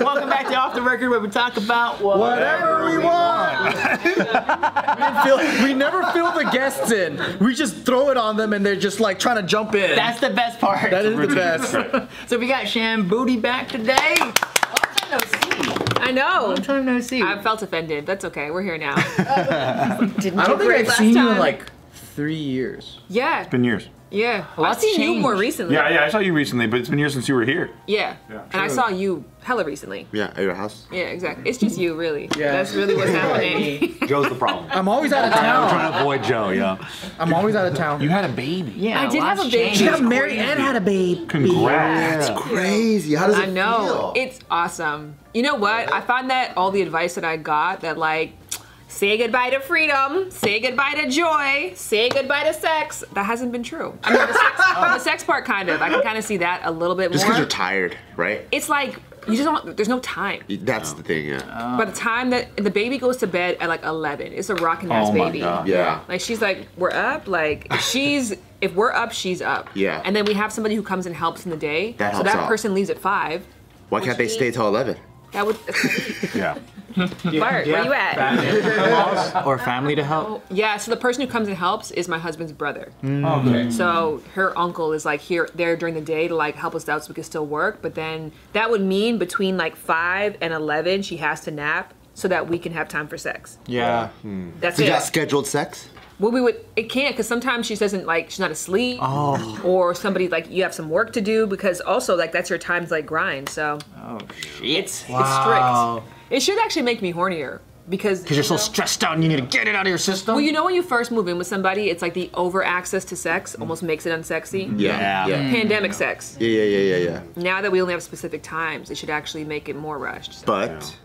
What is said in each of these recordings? Welcome back to Off the Record, where we talk about what. Whatever we want. Feel- we never fill the guests in. We just throw it on them, and they're just like trying to jump in. That's the best part. that is the best. so we got Sham Booty back today. Long time no see. I know. Long time no see. I felt offended. That's okay. We're here now. I don't think great I've last seen you in time. like three years. Yeah. Been years. Yeah. I've lot's seen you changed. more recently. Yeah, yeah, I saw you recently, but it's been years since you were here. Yeah. and I saw you hella recently. Yeah, at your house. Yeah, exactly. It's just you, really. Yeah. That's really what's happening. Joe's the problem. I'm always out of town. Trying to avoid Joe, yeah. I'm always out of town. had a baby. yeah, I did have lots a baby. changed. got married and had a baby. Congrats. That's crazy. How does it I know. feel? It's awesome. You know what? I find that all the advice that I got that like say goodbye to freedom, say goodbye to joy, say goodbye to sex. That hasn't been true. I mean, the sex, the sex part kind of. I can kind of see that a little bit Just more. because you're tired, right? it's like you just don't. There's no time. That's the thing, yeah. By the time that the baby goes to bed at like 11, it's a rocking ass Oh my baby. God. Yeah. Like she's like, we're up. Like she's if we're up, she's up. Yeah. And then we have somebody who comes and helps in the day. That so helps that out. person leaves at five. Why can't they stay till 11? That would. Yeah. Bart, where you at? or family to help. Yeah. So the person who comes and helps is my husband's brother. Okay. So her uncle is like here there during the day to like help us out so we can still work. But then that would mean between like five and 11, she has to nap so that we can have time for sex. Yeah. That's You it. got scheduled sex? Well, we would. It can't because sometimes she doesn't like. She's not asleep. Oh. Or somebody like you have some work to do because also like that's your time to like grind. So Oh shit. it's strict. It should actually make me hornier because Because you're so stressed out and you need to get it out of your system. Well, you know when you first move in with somebody, it's like the over access to sex almost makes it unsexy. Mm-hmm. Yeah. Yeah. Yeah, Pandemic sex. yeah, yeah, yeah, yeah. Now that we only have specific times, it should actually make it more rushed. So But,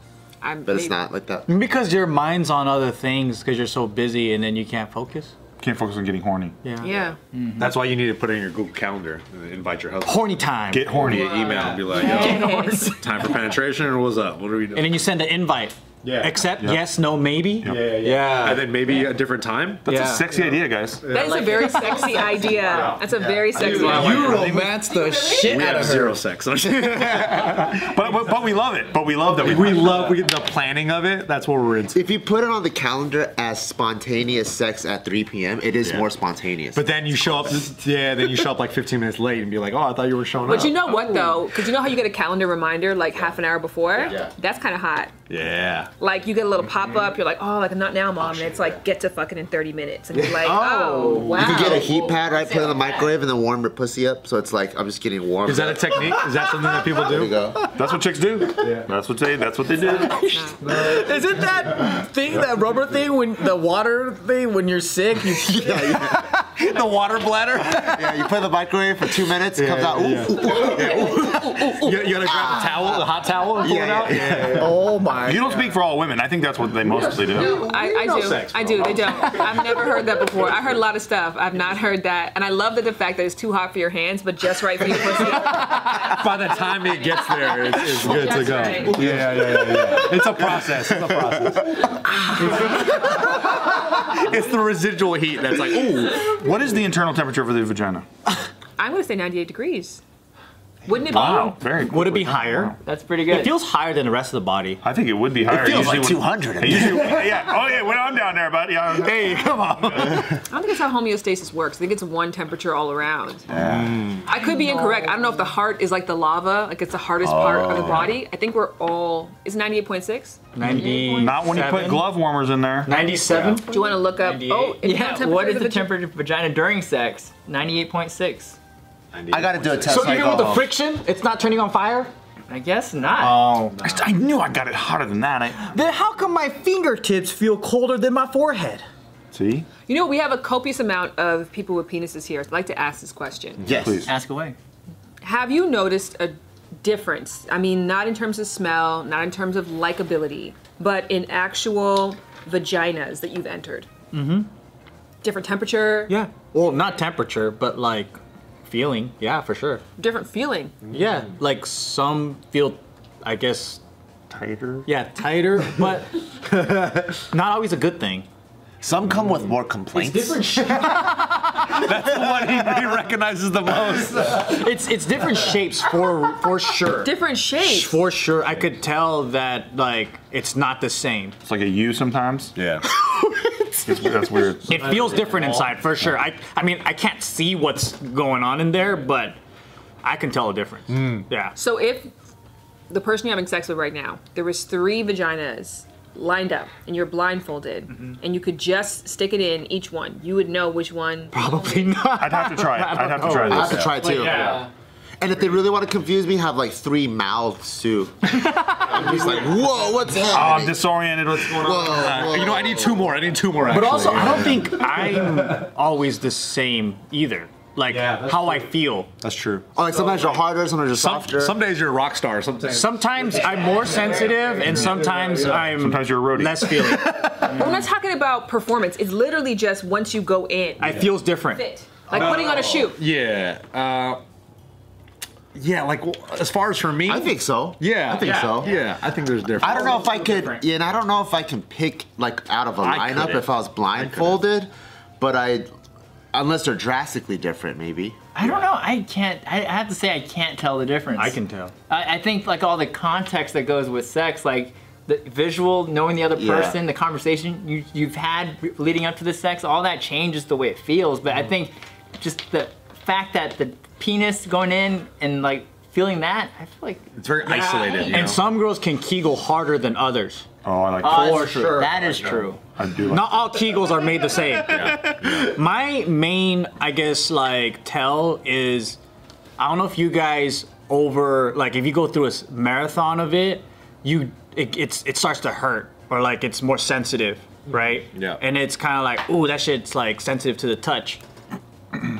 I'm. but it's not like that. because your mind's on other things because you're so busy and then you can't focus. Can't focus on getting horny. Yeah. That's why you need to put it in your Google Calendar and invite your husband. Horny time. Get horny. Via email and be like, yo, time for penetration or what's up? What are we doing? and then you send an invite. Yeah. Accept, Yeah. yes, no, maybe. Yeah, yeah, and then maybe a different time? That's Yeah. a sexy idea, guys. That is a very sexy idea. That's a very sexy do. idea. You romance the shit We out have of her. zero sex. we But, but but we love it. But we love that we, love we, the planning of it. That's what we're into. If you put it on the calendar as spontaneous sex at 3 p.m., it is Yeah. more spontaneous. But then you show up, yeah, then you show up like 15 minutes late and be like, oh, I thought you were showing up. But you know what though? Because you know how you get a calendar reminder like half an hour before? Yeah. That's kind of hot. Yeah. Like you get a little pop Mm-hmm. up, you're like, oh, like not now, mom. and it's like, get to fucking in 30 minutes. And you're like, oh, wow. you can get a heat pad, right? Put it in the microwave and then warm your pussy up. So it's like, I'm just getting warm. Is that a technique? Is that something that people There you do? go. That's what chicks do. That's what they. That's what they do. Isn't that thing, that rubber thing, when the water thing, when you're sick, you Yeah, yeah. the water bladder? yeah, you put it in the microwave for two minutes, it comes out. Ooh, yeah. ooh, ooh. You, you gotta grab a towel, a hot towel, and pull it out? oh my. You don't speak for all women. I think that's what they mostly do. I, I do. I do. They don't. I've never heard that before. I heard a lot of stuff. I've not heard that. And I love that the fact that it's too hot for your hands, but just right for your pussy. By the time it gets there, it's, it's good to That's go. right. Yeah, yeah, yeah, yeah. It's a process. It's a process. it's the residual heat that's like, ooh. What is the internal temperature for the vagina? I'm going to say 98 degrees. Wouldn't it be? Very. Um, Would it be higher? That's pretty good. It feels higher than the rest of the body. I think it would be higher. feels like when- it usually- yeah. Oh yeah. When I'm down there, buddy. Yeah. Hey, come on. I don't think it's how homeostasis works. I think it's one temperature all around. I could be incorrect. I don't know if the heart is like the lava, like it's the hardest part of the body. I think we're all. Is 98.6? 90, Not when you put glove warmers in there. 97? Do you want to look up? Oh, it's not yeah. temperature What of is the vagi- temperature of vagina during sex? Ninety-eight point six. I gotta do a test. So when I even go with the home. friction, it's not turning on fire? I guess not. Oh. I st- I knew I got it hotter than that. I, Then how come my fingertips feel colder than my forehead? see. You know, we have a copious amount of people with penises here. I'd like to ask this question. Yes. Please. Ask away. Have you noticed a difference? I mean, not in terms of smell, not in terms of likability, but in actual vaginas that you've entered. Mm-hmm. Different temperature, Yeah. Well, not temperature, but like feeling. Yeah, for sure. different feeling. Yeah, like some feel, I guess, Tighter. yeah, tighter, but not always a good thing. Some come with more complaints. shit. That's the one he, he recognizes the most. It's it's different shapes for for sure. Different shapes. For sure, I could tell that like it's not the same. It's like a U sometimes. Yeah. It's- that's weird. It feels different inside for sure. I I mean I can't see what's going on in there, but I can tell a difference. Hmm. Yeah. So if the person you're having sex with right now, there was three vaginas lined up and you're blindfolded and you could just stick it in each one, you would know which one. Probably not. I'd have to try it. I'd have to try I have to this. try too. And if they really want to confuse me, have like three mouths too. I'm just like, whoa, what's Oh, I'm happening? disoriented. What's going whoa, on? whoa. you know, I need two more. I need two more. But Actually. also, I don't think I'm always the same either. Like Yeah, that's how I feel. that's true. Oh, like sometimes you're harder, sometimes you're Some, softer. some days you're a rock star. Sometimes. Sometimes I'm more sensitive, and sometimes I'm Sometimes you're a roadie. less feeling. We're not talking about performance. It's literally just once you go in. I Oh. feels different. fit. Like putting on a shoe. Yeah. Uh, yeah. Like w- as far as for me. I think so. Yeah. I think so. Yeah. I think there's different. I don't know if I could. Yeah, and I don't know if I can pick like out of a I lineup couldn't. if I was blindfolded, but I, unless they're drastically different, maybe. I don't know. I can't. I I have to say, I can't tell the difference. I can tell. I, I think like all the context that goes with sex, like the visual, knowing the other Yeah. person, the conversation you you've had re- leading up to the sex, all that changes the way it feels. But I think just the fact that the penis going in and like feeling that, I feel like It's very isolated. you know? And some girls can Kegel harder than others. Oh, I like Oh, that. that's trru- That is true. I do like Not all Kegels are made the same. My main, I guess, like tell is, I don't know if you guys over like if you go through a s- marathon of it, you it, it's it starts to hurt or like it's more sensitive, right? Yeah. And it's kind of like, ooh, that shit's like sensitive to the touch.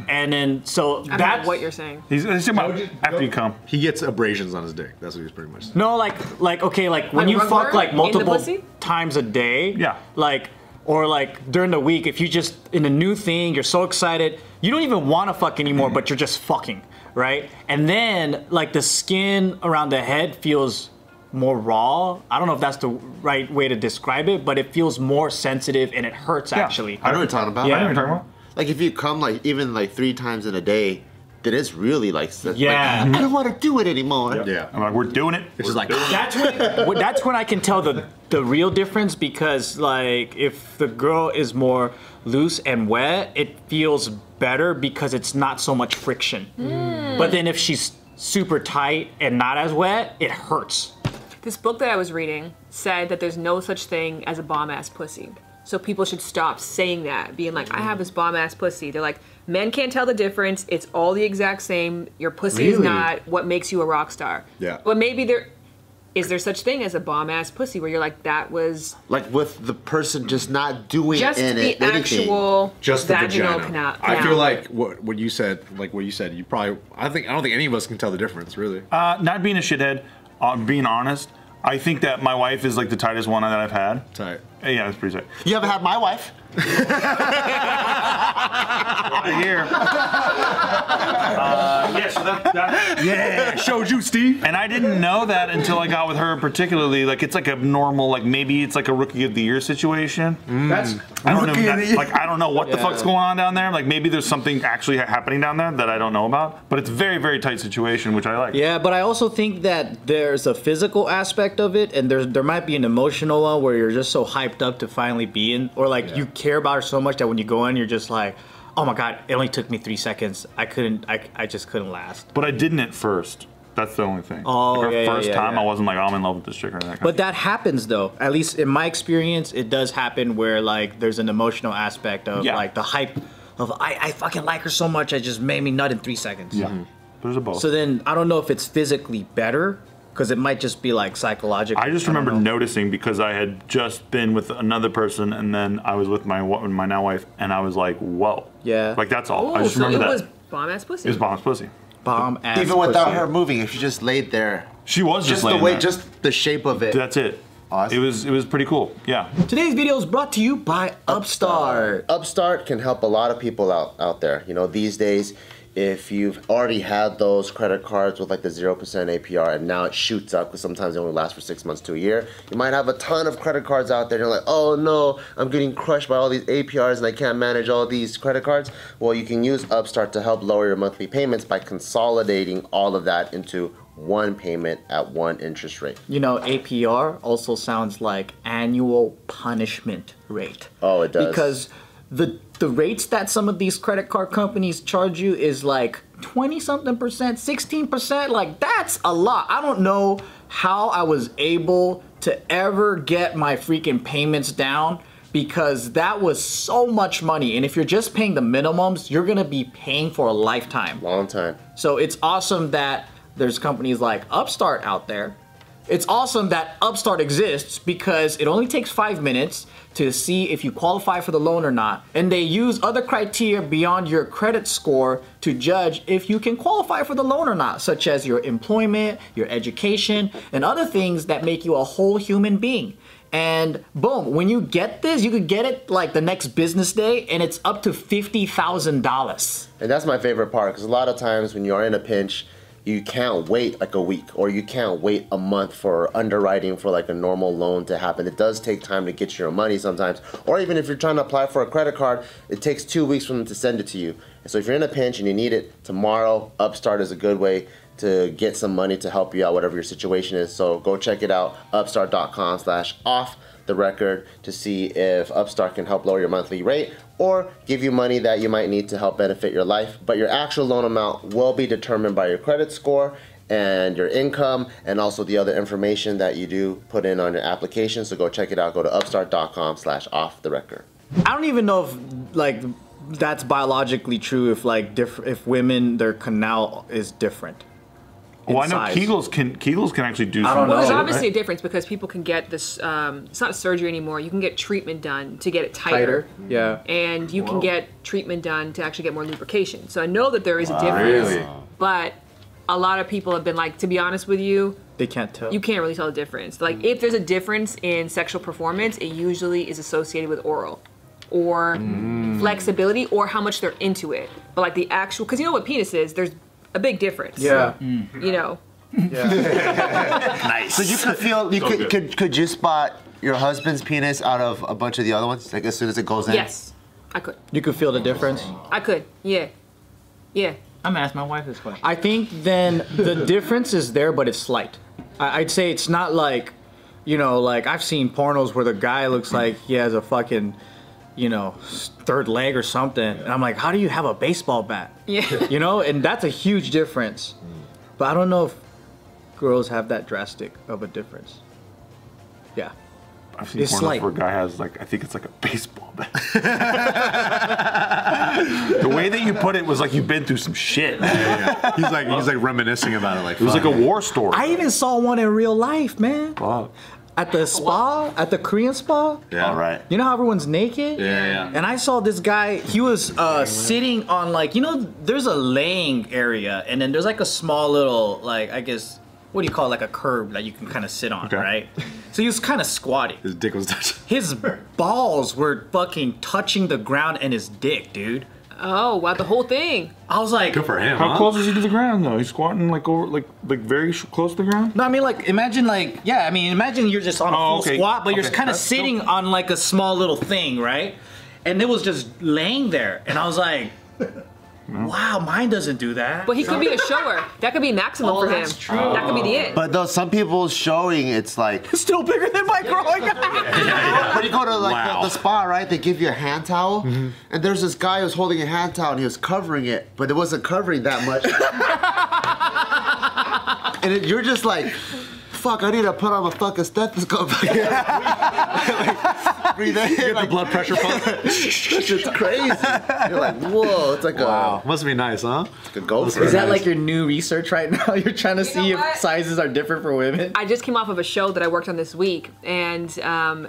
And then so I don't that's know what you're saying. He's, he's talking about after you come. he gets abrasions on his dick. That's what he's pretty much. Saying. No, like like okay, like when Like you rubber fuck like in the multiple pussy? times a day. Yeah. Like or like during the week, if you just in a new thing, you're so excited, you don't even want to fuck anymore, but you're just fucking, right? And then like the skin around the head feels more raw. I don't know if that's the right way to describe it, but it feels more sensitive and it hurts actually. I know what you're talking about. Yeah. I know what you're talking about. Like if you come like even like three times in a day, then it's really like s- like, Yeah. I don't want to do it anymore. Yeah. I'm like, we're doing it. It's just like That's when well, that's when I can tell the the real difference because like if the girl is more loose and wet, it feels better because it's not so much friction. But then if she's super tight and not as wet, it hurts. This book that I was reading said that there's no such thing as a bomb ass pussy. So people should stop saying that, being like, I have this bomb ass pussy. They're like, men can't tell the difference. It's all the exact same. Your pussy is Really? not what makes you a rock star. Yeah. But maybe there is there such thing as a bomb ass pussy where you're like, that was Like with the person just not doing just in the it anything. actual just the vaginal vagina. canal. I feel canal. like what what you said, like what you said, you probably. I think I don't think any of us can tell the difference, really. Uh, not being a shithead, uh, being honest, I think that my wife is like the tightest one that I've had. Tight. Uh, Yeah, that's pretty tight. You haven't had my wife. Right here. uh, yeah, so that, that, Yeah, showed you, Steve. and I didn't know that until I got with her. Particularly, like it's like a normal, like maybe it's like a rookie of the year situation. That's I don't know. Mm. Rookie of that- the year. like I don't know what the fuck's going on down there. Like maybe there's something actually ha- happening down there that I don't know about. But it's very, very tight situation, which I like. Yeah, but I also think that there's a physical aspect of it, and there's there might be an emotional one where you're just so hyped up to finally be in, or like you care about her so much that when you go in, you're just like, oh my god, it only took me three seconds. I couldn't, I, I just couldn't last. But I didn't at first. That's the only thing. Oh, like our yeah, yeah, first yeah, time, yeah. I wasn't like, oh, I'm in love with this chick or that. kind But that happens though. At least in my experience, it does happen where like there's an emotional aspect of Yeah. like the hype of I, I fucking like her so much it just made me nut in three seconds. yeah. There's a both. So then I don't know if it's physically better because it might just be like psychological. I just don't remember know. noticing because I had just been with another person, and then I was with my wa- my now wife, and I was like, whoa. Yeah. Like that's all. Ooh, I just so remember it that. was bomb ass pussy. it was Bob's pussy. bomb ass. Even without pussy. her moving, if she just laid there, She was just, just the laying way, there. just the shape of it. That's it. Awesome. It was it was pretty cool. Yeah. Today's video is brought to you by Upstart. Uh, Upstart can help a lot of people out out there. You know, these days, if you've already had those credit cards with like the 0% APR and now it shoots up because sometimes they only last for six months to a year, you might have a ton of credit cards out there and you're like, oh no, I'm getting crushed by all these APRs and I can't manage all these credit cards. Well, you can use Upstart to help lower your monthly payments by consolidating all of that into one payment at one interest rate. You know, APR also sounds like annual punishment rate. Oh, it does. Because the the rates that some of these credit card companies charge you is like 20 something percent, 16 percent. Like that's a lot. I don't know how I was able to ever get my freaking payments down because that was so much money. And if you're just paying the minimums, you're going to be paying for a lifetime. Long time. So it's awesome that there's companies like Upstart out there. It's awesome that Upstart exists because it only takes five minutes to see if you qualify for the loan or not. And they use other criteria beyond your credit score to judge if you can qualify for the loan or not, such as your employment, your education, and other things that make you a whole human being. And boom, when you get this, you could get it like the next business day and it's up to $50,000. And that's my favorite part because a lot of times when you're in a pinch, you can't wait like a week or you can't wait a month for underwriting for like a normal loan to happen. It does take time to get your money sometimes. Or even if you're trying to apply for a credit card, it takes two weeks for them to send it to you. And so if you're in a pinch and you need it, tomorrow Upstart is a good way to get some money to help you out, whatever your situation is. So go check it out, upstart.com slash off the record to see if Upstart can help lower your monthly rate or give you money that you might need to help benefit your life. But your actual loan amount will be determined by your credit score and your income and also the other information that you do put in on your application. So go check it out. Go to upstart.com slash off the record. I don't even know if like that's biologically true. If like diff- if women their canal is different. Well, I know size. Kegels can Kegels can actually do. I don't Well, know. there's Right. obviously a difference because people can get this. Um, it's not surgery anymore. You can get treatment done to get it tighter, Yeah. and you can get treatment done to actually get more lubrication. So I know that there is a difference, but a lot of people have been like, to be honest with you, They can't tell. you can't really tell the difference. Like if there's a difference in sexual performance, it usually is associated with oral or flexibility or how much they're into it. But like the actual, because you know what penis is, there's a big difference. Yeah. You know. So you could feel you could, could could you spot your husband's penis out of a bunch of the other ones? Like as soon as it goes in? Yes, I could. You could feel the difference. I could. Yeah. Yeah. I'm gonna ask my wife this question. I think then the difference is there, but it's slight. I- I'd say it's not like, you know, like I've seen pornos where the guy looks like he has a fucking, you know, s- third leg or something, and I'm like, how do you have a baseball bat? Yeah. You know, and that's a huge difference. But I don't know if girls have that drastic of a difference. Yeah. I've seen It's pornos slight. where a guy has like I think it's like a baseball bat. the way that you put it was like you've been through some shit. It He's like he's like reminiscing about it. Like it was like a war story. I even saw one in real life, man. Fuck. At the spa, at the Korean spa. Yeah. All right. You know how everyone's naked? Yeah, yeah. And I saw this guy, he was uh, sitting on like, you know, there's a laying area, and then there's like a small little, like, I guess, what do you call it, like a curb that you can kind of sit on, Okay. right? So he was kind of squatting. His dick was touching. His balls were fucking touching the ground and his dick, dude. Oh wow, the whole thing. I was like, Good for him. How huh? close is he to the ground though? He's squatting like over like like very sh- close to the ground. no, I mean, like, imagine, like, yeah, I mean, imagine you're just on a full Oh, okay. squat, but you're Okay, kind of that's dope. sitting on like a small little thing, right? And it was just laying there, and I was like, wow, mine doesn't do that. But he could be a shower. That could be an maximum for him. Oh, that's true. That could be the it. But though some people showing it's like still bigger than my growing When you go to like Wow. the, the spa, right? They give you a hand towel, and there's this guy who was holding a hand towel and he was covering it, but it wasn't covering that much. and it, you're just like, fuck! I need to put on a fucking stethoscope. Like, breathe in, like, blood pressure pump. this shit's crazy. You're like, whoa! It's like wow. Must be nice, huh? a, like a ghost. Is that like your new research right now? You're trying to know see if what? sizes are different for women. I just came off of a show that I worked on this week, and um,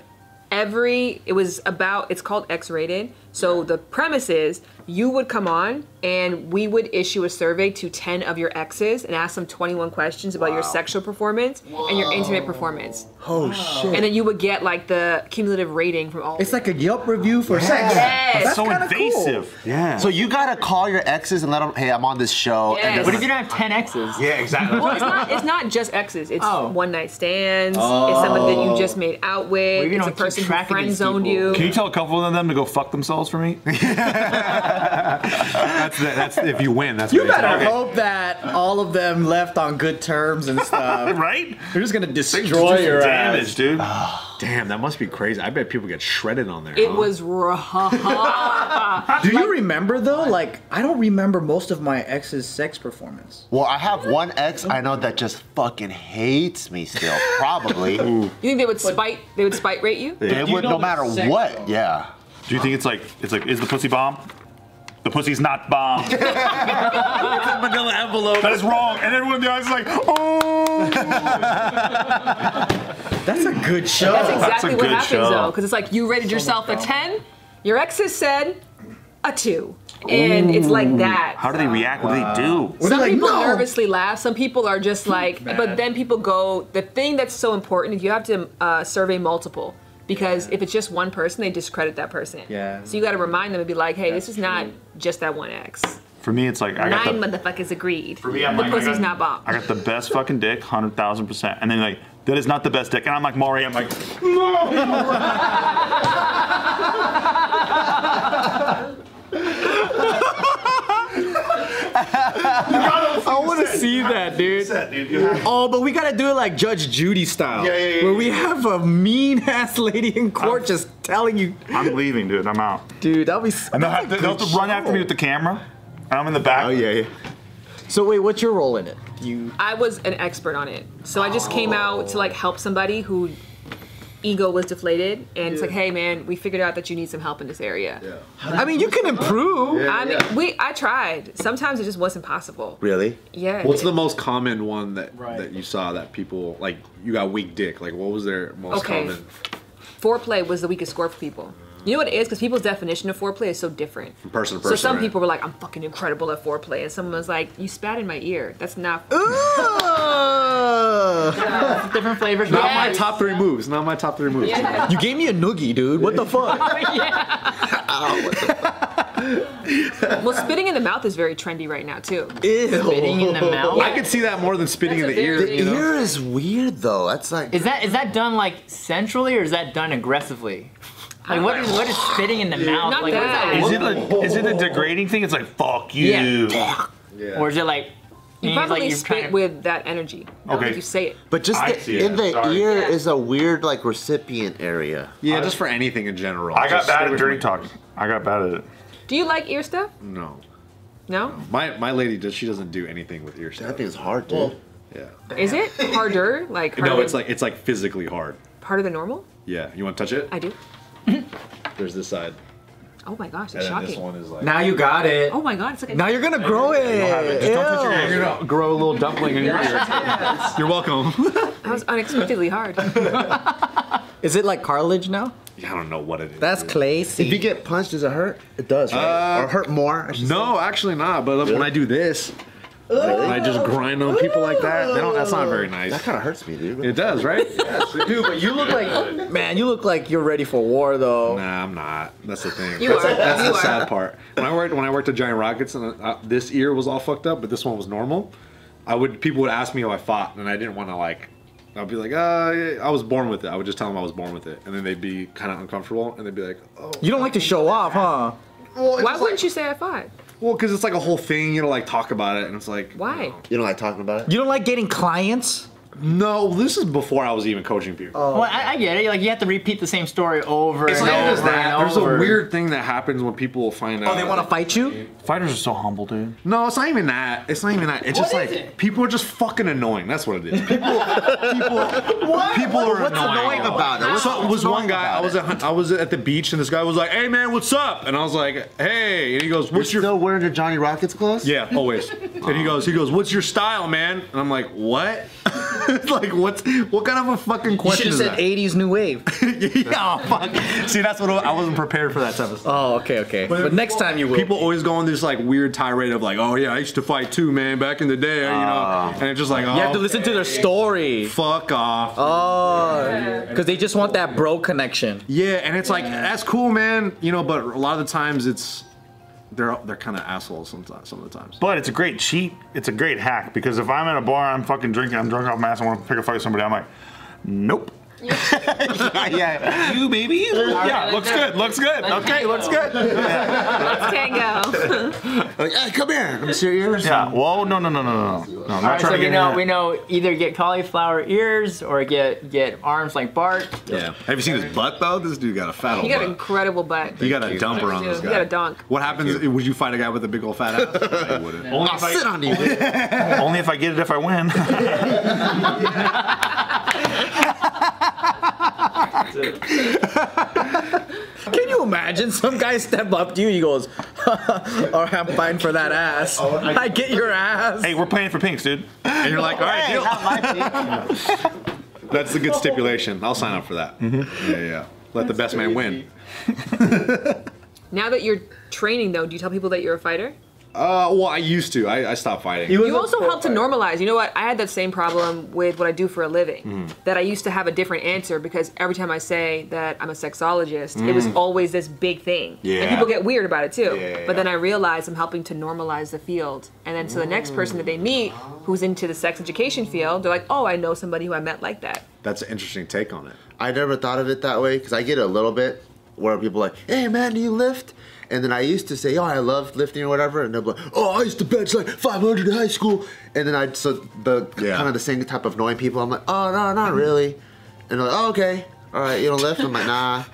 every it was about. It's called X-rated. So the premise is you would come on and we would issue a survey to 10 of your exes and ask them 21 questions about your sexual performance and your intimate performance. Oh shit. And then you would get like the cumulative rating from all it's like a Yelp review for sex. Yes. That's so kinda cool. invasive. Yeah. So you gotta call your exes and let them. Hey, I'm on this Oh, show. Yes. And this What But is- if you don't have 10 X's, yeah, exactly. Well, it's not, it's not just exes. It's Oh. one night stands. Oh. It's someone that you just made out with. Well, you it's don't a keep person who track of friend these zoned people. you. Can you tell a couple of them to go fuck themselves for me? That's the, that's if you win. That's You what they better say. hope that all of them left on good terms and stuff. right? They're just gonna Oh, destroy your ass. Damage, dude. Damn, that must be crazy. I bet people get shredded on there. It huh? was rough. Do you remember though? Like, I don't remember most of my ex's sex performance. Well, I have one ex I know that just fucking hates me still. Probably. you think they would spite? They would spite rate you? They you would, know no the matter sex, what. though. Yeah. Do you think it's like it's like is the pussy bomb? The pussy's not bomb. that Vanilla envelope. is wrong. And everyone in the audience is like, oh. That's a good show. That's exactly what good happens show. though, because it's like you rated yourself a ten. Your exes said a two, and it's like that. How do they react? What do they do? We're Some like, people "No." nervously laugh. Some people are just like, but then people go. The thing that's so important is you have to uh, survey multiple because if it's just one person, they discredit that person. Yeah. So you got to remind them and be like, hey, this is not just that one ex. For me, it's like I got Nine the, motherfuckers agreed. for me, I'm the like, I pussy's got- not bomb. I got the best fucking dick, hundred thousand percent. And then like that is not the best dick. And I'm like Maury. I'm like, I want to see that, dude. Oh, but we gotta do it like Judge Judy style. Yeah, yeah, yeah, Where we have a mean ass lady in court just telling you, I'm leaving, dude. I'm out. dude, that'll be. And they'll that's have a to, they'll good have to run show. after me with the camera. And I'm in the Oh, back. yeah. So wait, what's your role in it? You. I was an expert on it. So I just came out to like help somebody who ego was deflated and it's like, hey man, we figured out that you need some help in this area. I mean, you can improve. I mean we I tried. Sometimes it just wasn't possible. Really? Yeah. What's the most common one that Right. that you saw that people like? You got weak dick. Like, what was their most Okay. common? foreplay was the weakest score for people. You know what it is? Because people's definition of foreplay is so different. From person to So person, some right? people were like, I'm fucking incredible at foreplay. And someone was like, you spat in my ear. That's not Uh, Ugh. Different flavors. Not my Yes. top three moves. Not my top three moves. you gave me a noogie, dude. What the fuck? Well, spitting in the mouth is very trendy right now too. Ew. Spitting in the mouth. I could see that more than spitting That's in the a ear. very- You know? Ear is weird though. That's like. Is that is that done like centrally or is that done aggressively? Like what is what is spitting in the mouth? Not like, what does that. look Is it, a, is it a degrading thing? It's like fuck you. Yeah. Yeah. Uh, Or is it like You mean, probably like you're spit trying to- with that energy. I don't Okay. think you say it. But just I the, see it, in the sorry. ear Yeah. is a weird like recipient area. yeah, just for anything in general. I got Just bad stay at away dirty from- talking. I got bad at it. Do you like ear stuff? No, No? my my lady does. She doesn't do anything with ear That stuff. thing's hard, dude. Yeah. Is it harder? Like harder, No, it's like it's like physically hard. harder than normal? Yeah. You want to touch it? I do. There's this side, Oh my gosh, and it's then this shocking. one is like. Now you got it. Oh my god, it's like a Now you're gonna grow it. Just don't touch your Ew. ear. You're gonna grow a little dumpling in your ear. Oh. You're welcome. that was unexpectedly hard. Is it like cartilage now? I don't know what it is. That's dude. If you classy. get punched, does it hurt? It does, right? Uh, or hurt more? I should No, actually not. But when I do this, like, when I just grind on people like that, they don't, that's not very say. That nice. kind of hurts me, dude. It does, right? Dude, but you look Uh, like man. You look like you're ready for war though. Nah, I'm not. That's the thing. You that's are. that's You the are. sad part. When I worked when I worked at Giant Rockets, and uh, this ear was all fucked up, but this one was normal. I would people would ask me how I fought, and I didn't want to like. I'd be like, uh, I was born with it. I would just tell them I was born with it, and then they'd be kind of uncomfortable, and they'd be like, oh, You don't like to show off, huh? well, Why wouldn't you say I fought? Well, because it's like a whole thing, you know, like talk about it, and it's like, Why? You don't like talking about it? You don't like getting clients. No, this is before I was even coaching people. Oh. Well, I, I get it. Like you have to repeat the same story over It's and not over just that. and There's a over. weird thing that happens when people find out. Oh, they want to fight you. Fighters are so humble, dude. No, it's not even that. It's not even that. It's What just is like it? people are just fucking annoying. That's what it is. People, people, people are What's annoying about it? What's So it was one guy. I was at I was at the beach and this guy was like, "Hey man, what's up?" And I was like, "Hey," and he goes, You're "What's your still wearing your Johnny Rockets clothes? yeah always?" and he goes, "He goes, what's your style, man?" And I'm like, "What?" it's like what's what kind of a fucking You question should have said is that? '80s new wave. yeah, oh, fuck. See, that's what I I wasn't prepared for that type of stuff. Oh, okay, okay. But, next time you will. People always go on this like weird tirade of like, oh yeah, I used to fight too, man, back in the day, you know, and it's just like, oh, you have to listen to their story. fuck off. Oh, because they just want that bro connection. Yeah, and it's like that's cool, man. You know, but a lot of the times it's they're they're kind of assholes sometimes. Some of the times. But it's a great cheat. It's a great hack because if I'm at a bar, I'm fucking drinking, I'm drunk off my ass, I want to pick a fight with somebody. I'm like, nope. yeah, yeah. you baby. you. Yeah, looks good. Looks good. Okay, looks good. Let's tango. Like, hey, come here. Come see your ears. Yeah. Whoa. No. No. No. No. No. No. I'm not All right, trying so to we get know in we that. know either get cauliflower ears or get get arms like Bart. Yeah. Have you seen his butt though? This dude got a fat You old got an butt. incredible butt. You got a dumper on You this do. guy. You got a donk. What happens? Would you fight a guy with a big old fat ass? I wouldn't. Only if I, on you. only if I get it if I win. Can you imagine some guy step up to you? He goes, "All right, I'm fine for that ass. I get your ass." hey, we're playing for pinks, dude. And you're like, all right, deal. Not my team. That's a good stipulation. I'll sign up for that. Yeah, yeah. Let the best man win. Now that you're training, though, do you tell people that you're a fighter? Uh, well, I used to. I, I stopped fighting. You also help to normalize. You know what? I had that same problem with what I do for a living. That I used to have a different answer because every time I say that I'm a sexologist, it was always this big thing. And Yeah. people get weird about it too. Yeah, yeah, but then yeah. I realized I'm helping to normalize the field. And then so the next person that they meet who's into the sex education field, they're like, oh, I know somebody who I met like that. That's an interesting take on it. I never thought of it that way because I get it a little bit where people are like, hey man, do you lift? And then I used to say, oh, I love lifting or whatever, and they'll be like, oh, I used to bench like 500 in high school. And then I so the Yeah. kind of the same type of annoying people. I'm like, oh no, not really. And they're like, oh, okay, all right, you don't lift. I'm like, nah.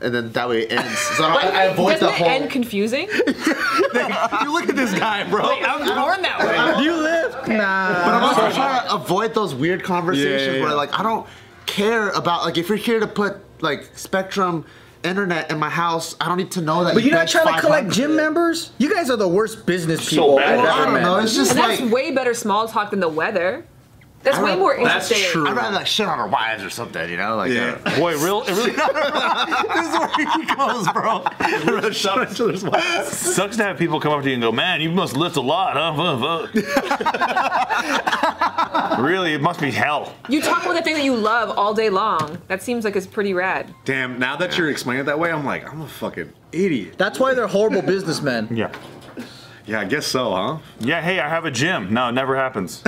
And then that way it ends. So I, I avoid Doesn't the it whole. end confusing? you look at this guy, bro. I was born that way. you lift? Nah. But I'm also trying to avoid those weird conversations Yeah, yeah, yeah. where like I don't care about like if you're here to put like Spectrum internet in my house, I don't need to know that. But you you're not bench trying to collect 500. gym members? You guys are the worst business people bad. I've Well, I ever don't met. know. It's just and like that's way better small talk than the weather. That's way more That's interesting. true. I'd rather like shit on our wives or something, you know? Like Yeah. uh, Boy, real. It really this is where he goes, bro. sucks to have people come up to you and go, "Man, you must lift a lot, huh?" Fuh, fuh." really, it must be hell. You talk about the thing that you love all day long. That seems like it's pretty rad. Damn, now that you're explaining it that way, I'm like, I'm a fucking idiot. That's why they're horrible businessmen. Yeah. Yeah, I guess so, huh? Yeah. Hey, I have a gym. No, it never happens.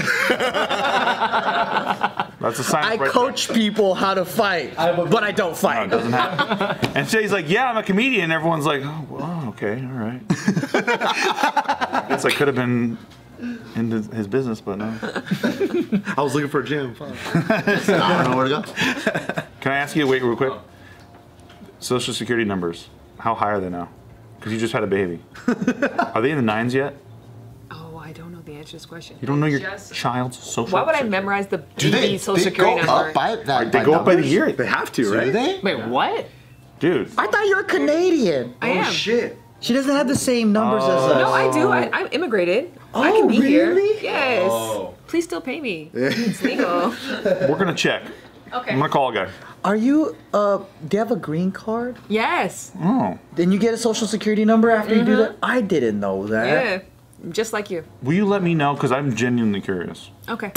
That's a sign. I right there. coach people how to fight, but I don't fight. No, it doesn't happen. and Shay's like, "Yeah, I'm a comedian." Everyone's like, "Oh, well, okay, all right." it's like could have been in the- his business, but no. I was looking for a gym. Fuck. I don't know where to go. Can I ask you? Wait, real quick. Oh. Social security numbers. How high are they now? Because you just had a baby. are they in the nines yet? Oh, I don't know the answer to this question. You don't know your Just- child's social. Why would I security- memorize the baby Do they, social they security go number? up by that? They go up by the numbers? year. They have to, Do right? they? Wait, what? Dude, I thought you were Canadian. I am. Shit. She doesn't have the same numbers Uh, as us. No, I do. I, I'm immigrated. I Oh, can be here. really? Yes. Please still pay me. It's legal. we're gonna check. Okay. I'm gonna call a guy. Are you, uh, do you have a green card? Yes. Oh, Then you get a social security number after you do that? I didn't know that. Yeah. Just like you. will you let me know? Because I'm genuinely curious. Okay.